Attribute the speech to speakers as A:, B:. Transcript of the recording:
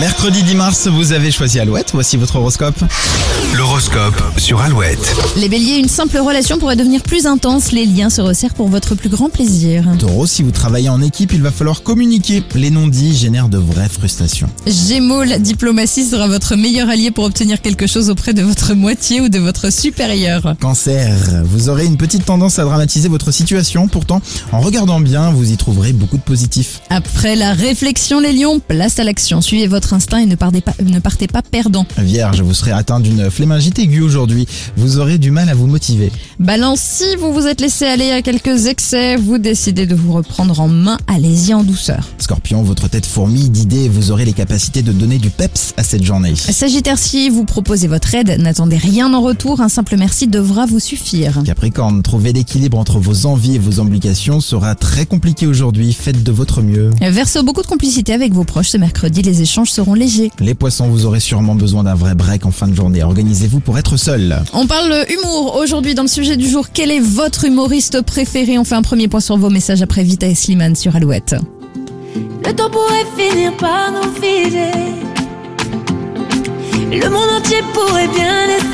A: Mercredi 10 mars, vous avez choisi Alouette. Voici votre horoscope.
B: L'horoscope sur Alouette.
C: Les béliers, une simple relation pourrait devenir plus intense. Les liens se resserrent pour votre plus grand plaisir.
A: Taureau, si vous travaillez en équipe, il va falloir communiquer. Les non-dits génèrent de vraies frustrations.
C: Gémeaux, la diplomatie sera votre meilleur allié pour obtenir quelque chose auprès de votre moitié ou de votre supérieur.
A: Cancer, vous aurez une petite tendance à dramatiser votre situation. Pourtant, en regardant bien, vous y trouverez beaucoup de positifs.
C: Après la réflexion, les lions, place à l'action. Suivez votre instinct et ne partez pas, ne partez pas perdant.
A: Vierge, vous serez atteint d'une flémingite aiguë aujourd'hui. Vous aurez du mal à vous motiver.
C: Balance, si vous vous êtes laissé aller à quelques excès, vous décidez de vous reprendre en main. Allez-y en douceur.
A: Scorpion, votre tête fourmille d'idées. Vous aurez les capacités de donner du peps à cette journée.
C: Sagittaire, si vous proposez votre aide, n'attendez rien en retour. Un simple merci devra vous suffire.
A: Capricorne, trouver l'équilibre entre vos envies et vos obligations sera très compliqué aujourd'hui. Faites de votre mieux.
C: Verseau, Euh, beaucoup de complicité avec vos proches ce mercredi. Les échanges seront légers.
A: Les poissons, vous aurez sûrement besoin d'un vrai break en fin de journée. Organisez-vous pour être seul.
C: On parle euh, humour aujourd'hui dans le sujet du jour. Quel est votre humoriste préféré On fait un premier point sur vos messages après Vita et Slimane sur Alouette.
D: Le temps pourrait finir par nous filer. Le monde entier pourrait bien laisser.